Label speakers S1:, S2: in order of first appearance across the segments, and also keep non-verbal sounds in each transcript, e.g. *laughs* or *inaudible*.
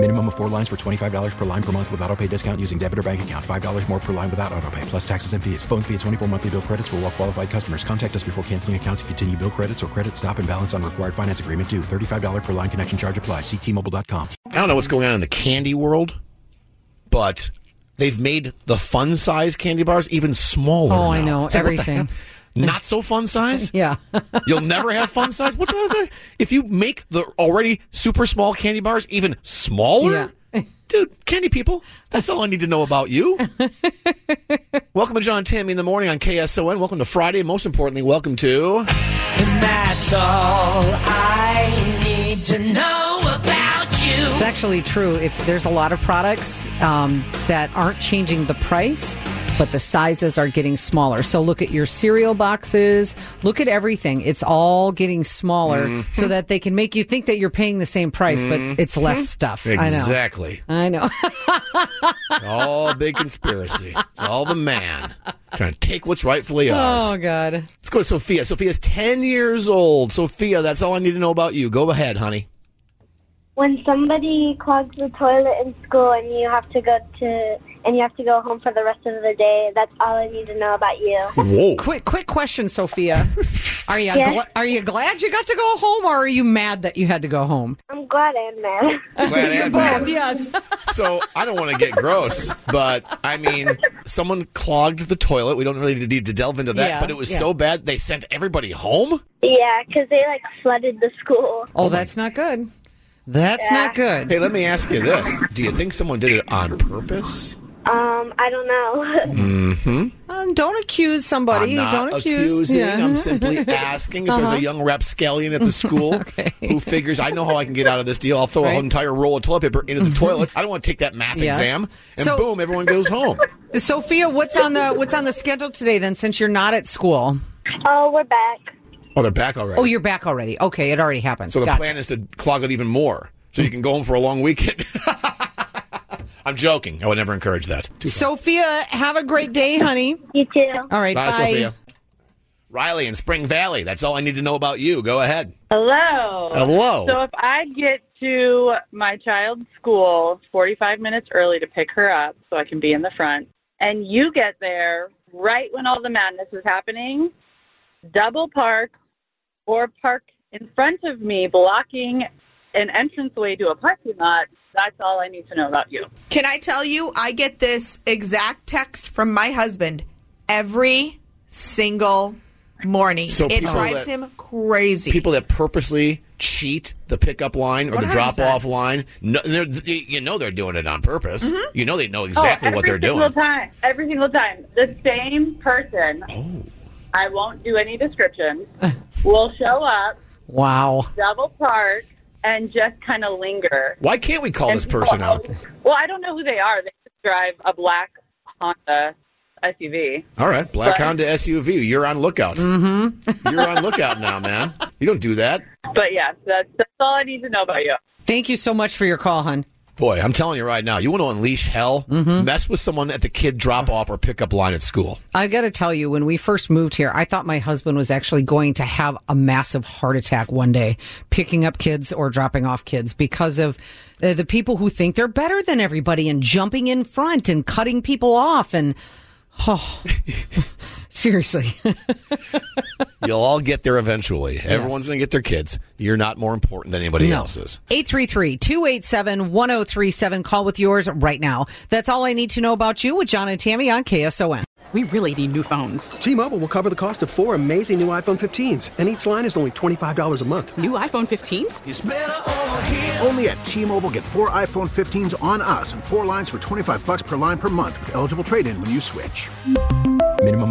S1: Minimum of four lines for $25 per line per month with auto pay discount using debit or bank account. $5 more per line without auto pay, plus taxes and fees. Phone fee at 24 monthly bill credits for all well qualified customers. Contact us before canceling account to continue bill credits or credit stop and balance on required finance agreement due. $35 per line connection charge apply. Ctmobile.com.
S2: I don't know what's going on in the candy world, but they've made the fun size candy bars even smaller.
S3: Oh, I
S2: now.
S3: know,
S2: It's like, what the
S3: everything.
S2: heck? Not so fun size?
S3: *laughs* Yeah.
S2: You'll never have fun size? What's wrong with that? If you make the already super small candy bars even smaller?
S3: *laughs*
S2: Dude, candy people, that's all I need to know about you. welcome to John and Tammy in the morning on KSON. Welcome to Friday. Most importantly, welcome to.
S4: That's all I need to know about you.
S3: It's actually true. If there's a lot of products um, that aren't changing the price, but the sizes are getting smaller. So look at your cereal boxes. Look at everything. It's all getting smaller so that they can make you think that you're paying the same price, but it's less stuff.
S2: Exactly.
S3: I know. I know.
S2: all big conspiracy. It's all the man trying to take what's rightfully ours.
S3: oh God.
S2: Let's go to Sophia. Sophia's 10 years old. Sophia, that's all I need to know about you. Go ahead, honey.
S5: when somebody clogs the toilet in school and you have to go to and you have to go home for the rest of the day that's all i need to know about you
S2: *laughs* Whoa.
S3: Quick, quick question, *laughs* Sophia. Are you
S5: Yes.
S3: gla- are you glad you got to go home, or are you mad that you had to go home?
S5: i'm glad and mad
S3: Both, yes.
S2: So I don't want to get gross, but I mean, someone clogged the toilet. We don't really need to delve into that,
S3: Yeah,
S2: but it was
S3: yeah.
S2: so bad they sent everybody home?
S5: *laughs* yeah because they like flooded the school
S3: *laughs* Oh, that's not good. That's not good.
S2: Hey, let me ask you this. Do you think someone did it on purpose?
S5: um i don't know *laughs*
S3: Um, don't accuse somebody.
S2: I'm not
S3: don't accuse.
S2: accusing.
S3: Yeah. Uh-huh.
S2: I'm
S3: *laughs*
S2: simply asking if there's a young rapscallion at the school who figures, I know how I can get out of this deal. I'll throw an
S3: Right.
S2: entire roll of toilet paper
S3: *laughs*
S2: into the toilet. I don't want to take that math
S3: Yeah.
S2: exam. And
S3: So-
S2: boom, everyone goes home.
S3: Sophia, what's on the what's on the schedule today then? Since you're not at school.
S5: oh we're back
S2: Oh, they're back already.
S3: Oh, you're back already. Okay, it already happened.
S2: so the
S3: Gotcha.
S2: plan is to clog it even more so you can go home for a long weekend. *laughs* I'm joking. I would never encourage that.
S3: Sophia, have a great day, honey.
S5: you too
S3: All right,
S2: Bye, Sophia. Riley in Spring Valley. That's all I need to know about you. Go ahead.
S6: Hello.
S2: Hello.
S6: So if I get to my child's school 45 minutes early to pick her up so I can be in the front, and you get there right when all the madness is happening, double park or park in front of me, blocking an entranceway to a parking lot, that's all I need to know about you.
S7: Can I tell you, I get this exact text from my husband every single morning.
S2: So
S7: it
S2: people
S7: drives
S2: that-
S7: him crazy.
S2: people that purposely cheat the pickup line or the
S7: 100%.
S2: drop off line. No, they're, they, you know they're doing it on purpose. You know they know exactly
S6: oh,
S2: what they're
S6: every single
S2: doing.
S6: Time, every single time, the same person.
S2: Oh.
S6: I won't do any descriptions. will show up,
S3: Wow.
S6: double park, and just kind of linger.
S2: Why can't we call
S6: And
S2: this
S6: people
S2: person out?
S6: always- Well, I don't know who they are. They just drive a black Honda SUV.
S2: All right, black
S6: But-
S2: Honda SUV. You're on lookout. Mm-hmm. You're
S6: *laughs*
S2: on lookout now, man. You don't do that,
S6: But yes, that's that's all I need to know about you.
S3: Thank you so much for your call, hon.
S2: boy. I'm telling you right now. You want to unleash hell?
S6: Mm-hmm.
S2: Mess with someone at the kid drop off or pickup line at school.
S3: I got to tell you, when we first moved here, I thought my husband was actually going to have a massive heart attack one day, picking up kids or dropping off kids because of uh, the people who think they're better than everybody and jumping in front and cutting people off. And, oh, *laughs* seriously. *laughs*
S2: You'll all get there eventually. Everyone's going to get their kids. You're not more important than anybody else is.
S3: 833-287-1037. Call with yours right now. That's all I need to know about you with John and Tammy on KSON.
S8: We really need new phones.
S9: T-Mobile will cover the cost of four amazing new iPhone 15s, and each line is only $25 a month.
S8: New iPhone 15s?
S10: Only at T-Mobile get four iPhone 15s on us and four lines for 25 bucks per line per month with eligible trade-in when you switch.
S1: Minimum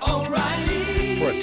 S4: O'Reilly.
S2: We're at